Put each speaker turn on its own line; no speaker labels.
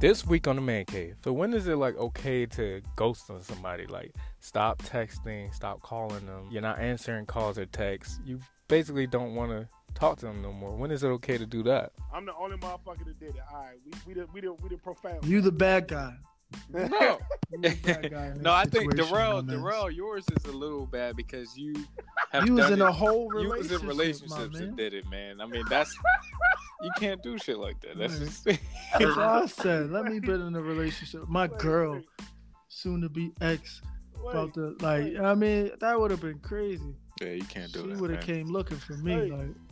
this week on the man cave. So when is it like okay to ghost on somebody? Like stop texting, stop calling them. You're not answering calls or texts. You basically don't want to talk to them no more. When is it okay to do that?
I'm the only motherfucker that did it. All right, we we did we did we did profound.
You the bad guy.
No,
You the bad guy in
no, I
this
think
situation,
Darrell,
my man.
Darrell, yours is a little bad because you have
You was
done
in
it.
a whole
you
relationship.
was in
my
relationships
man.
and did it, man. I mean, that's you can't do shit like that. That's just
That's all I said. Let me been in a relationship. My
Wait,
girl,
wait,
soon to be ex,
wait,
about to like. I mean, that would have been crazy.
yeah, you can't
She
do that.
would have
man.
came looking for me.
Hey.
Like,